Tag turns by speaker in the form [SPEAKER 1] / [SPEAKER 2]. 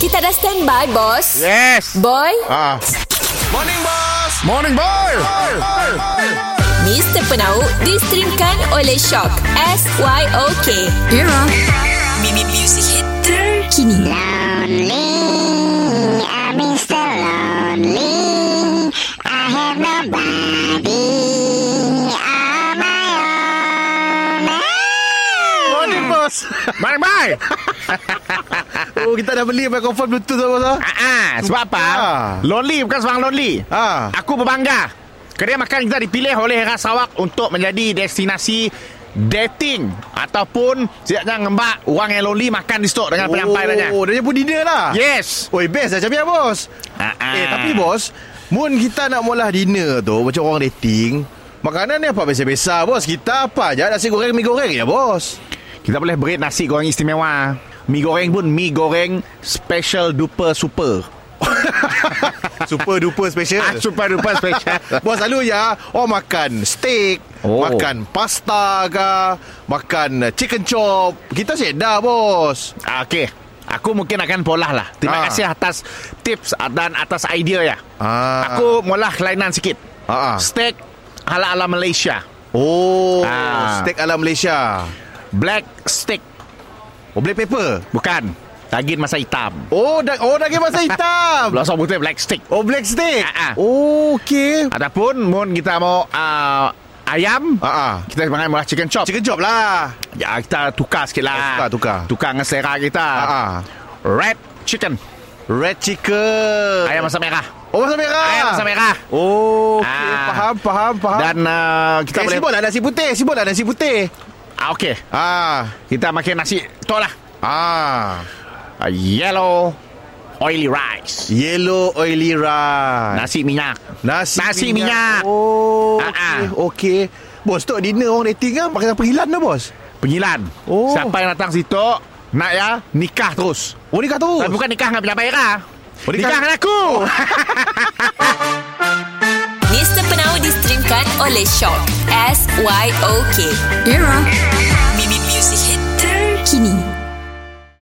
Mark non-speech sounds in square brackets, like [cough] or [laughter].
[SPEAKER 1] Kita dah standby, bos.
[SPEAKER 2] Ya. Yes.
[SPEAKER 1] Boy,
[SPEAKER 2] Ah.
[SPEAKER 3] Morning Boss
[SPEAKER 2] Morning boy.
[SPEAKER 1] Mr. Penau distrimkan oleh Shock. S-Y-O-K. Era. Mimi Music Hit terkini.
[SPEAKER 4] Lonely, I've been so lonely. I have nobody on my own.
[SPEAKER 3] Morning Boss
[SPEAKER 2] Morning boy.
[SPEAKER 3] [laughs] Oh kita dah beli microphone bluetooth apa tu
[SPEAKER 2] Ah, ah. sebab apa?
[SPEAKER 3] Ah.
[SPEAKER 2] Lonely bukan seorang lonely.
[SPEAKER 3] Ah.
[SPEAKER 2] Aku berbangga. Kedai makan kita dipilih oleh Era Sarawak untuk menjadi destinasi dating ataupun siapnya ngembak orang yang lonely makan di stok dengan penyampaiannya.
[SPEAKER 3] Oh dia pun dinner lah
[SPEAKER 2] Yes.
[SPEAKER 3] Oi best lah Camian Bos
[SPEAKER 2] Ah, ah.
[SPEAKER 3] Eh tapi Bos Mun kita nak mula dinner tu Macam orang dating Makanan ni apa biasa-biasa Bos Kita apa je Nasi goreng mi goreng ya Bos
[SPEAKER 2] Kita boleh beri nasi goreng istimewa. Mi goreng pun mi goreng special duper super.
[SPEAKER 3] [laughs] Super duper special
[SPEAKER 2] Ah, super duper special. [laughs]
[SPEAKER 3] Bos selalu ya Orang makan steak
[SPEAKER 2] Oh.
[SPEAKER 3] oh. Makan pasta ke Makan chicken chop Kita sedar bos
[SPEAKER 2] Ah, Okey. Aku mungkin akan polah lah. Terima
[SPEAKER 3] Ah.
[SPEAKER 2] kasih atas tips dan atas idea ya.
[SPEAKER 3] Ah.
[SPEAKER 2] Aku mula kelainan sikit.
[SPEAKER 3] Ah, ah.
[SPEAKER 2] Steak ala-ala Malaysia.
[SPEAKER 3] Oh
[SPEAKER 2] Ah.
[SPEAKER 3] Steak ala Malaysia
[SPEAKER 2] Black steak.
[SPEAKER 3] Oh black pepper
[SPEAKER 2] Bukan. Daging masa hitam.
[SPEAKER 3] Oh da- oh daging masa
[SPEAKER 2] [laughs]
[SPEAKER 3] hitam
[SPEAKER 2] Belum putih black steak.
[SPEAKER 3] Oh black steak
[SPEAKER 2] Ah, ah.
[SPEAKER 3] Oh okay
[SPEAKER 2] Ataupun mun kita mau uh, ayam,
[SPEAKER 3] Ah, ah.
[SPEAKER 2] kita makan mula chicken chop.
[SPEAKER 3] Chicken chop lah
[SPEAKER 2] Ya, kita tukar sikit lah.
[SPEAKER 3] Oh, tukar, tukar.
[SPEAKER 2] Tukar dengan selera kita.
[SPEAKER 3] ah, ah.
[SPEAKER 2] Red chicken.
[SPEAKER 3] Red chicken
[SPEAKER 2] Ayam masak merah.
[SPEAKER 3] Oh masa merah
[SPEAKER 2] Ayam masak merah.
[SPEAKER 3] Oh okay.
[SPEAKER 2] Ah.
[SPEAKER 3] Faham faham faham
[SPEAKER 2] Dan uh, kita
[SPEAKER 3] Kita eh,
[SPEAKER 2] boleh...
[SPEAKER 3] sibuk lah nasi putih Sibuk lah nasi putih
[SPEAKER 2] Ah, Okey.
[SPEAKER 3] Ah
[SPEAKER 2] Kita makan nasi. Betul lah.
[SPEAKER 3] Ah
[SPEAKER 2] A yellow oily rice.
[SPEAKER 3] Yellow oily rice
[SPEAKER 2] Nasi minyak.
[SPEAKER 3] Nasi,
[SPEAKER 2] Nasi minyak.
[SPEAKER 3] Oh
[SPEAKER 2] Ah, ah.
[SPEAKER 3] Okey okay. Bos tu dinner orang dating kan Pakai perilan tu bos
[SPEAKER 2] Pengilan.
[SPEAKER 3] Oh.
[SPEAKER 2] Siapa yang datang situ, nak ya, nikah terus.
[SPEAKER 3] Oh ni kata
[SPEAKER 2] Tapi
[SPEAKER 3] terus
[SPEAKER 2] Ah, bukan nikah dengan Bila Baira.
[SPEAKER 3] Oh, nikah-
[SPEAKER 2] Nikah kan? dengan aku.
[SPEAKER 1] Mr. Penau distrimkan oleh Shock. S-Y-O-K. Era. Mimi Music Hit terkini.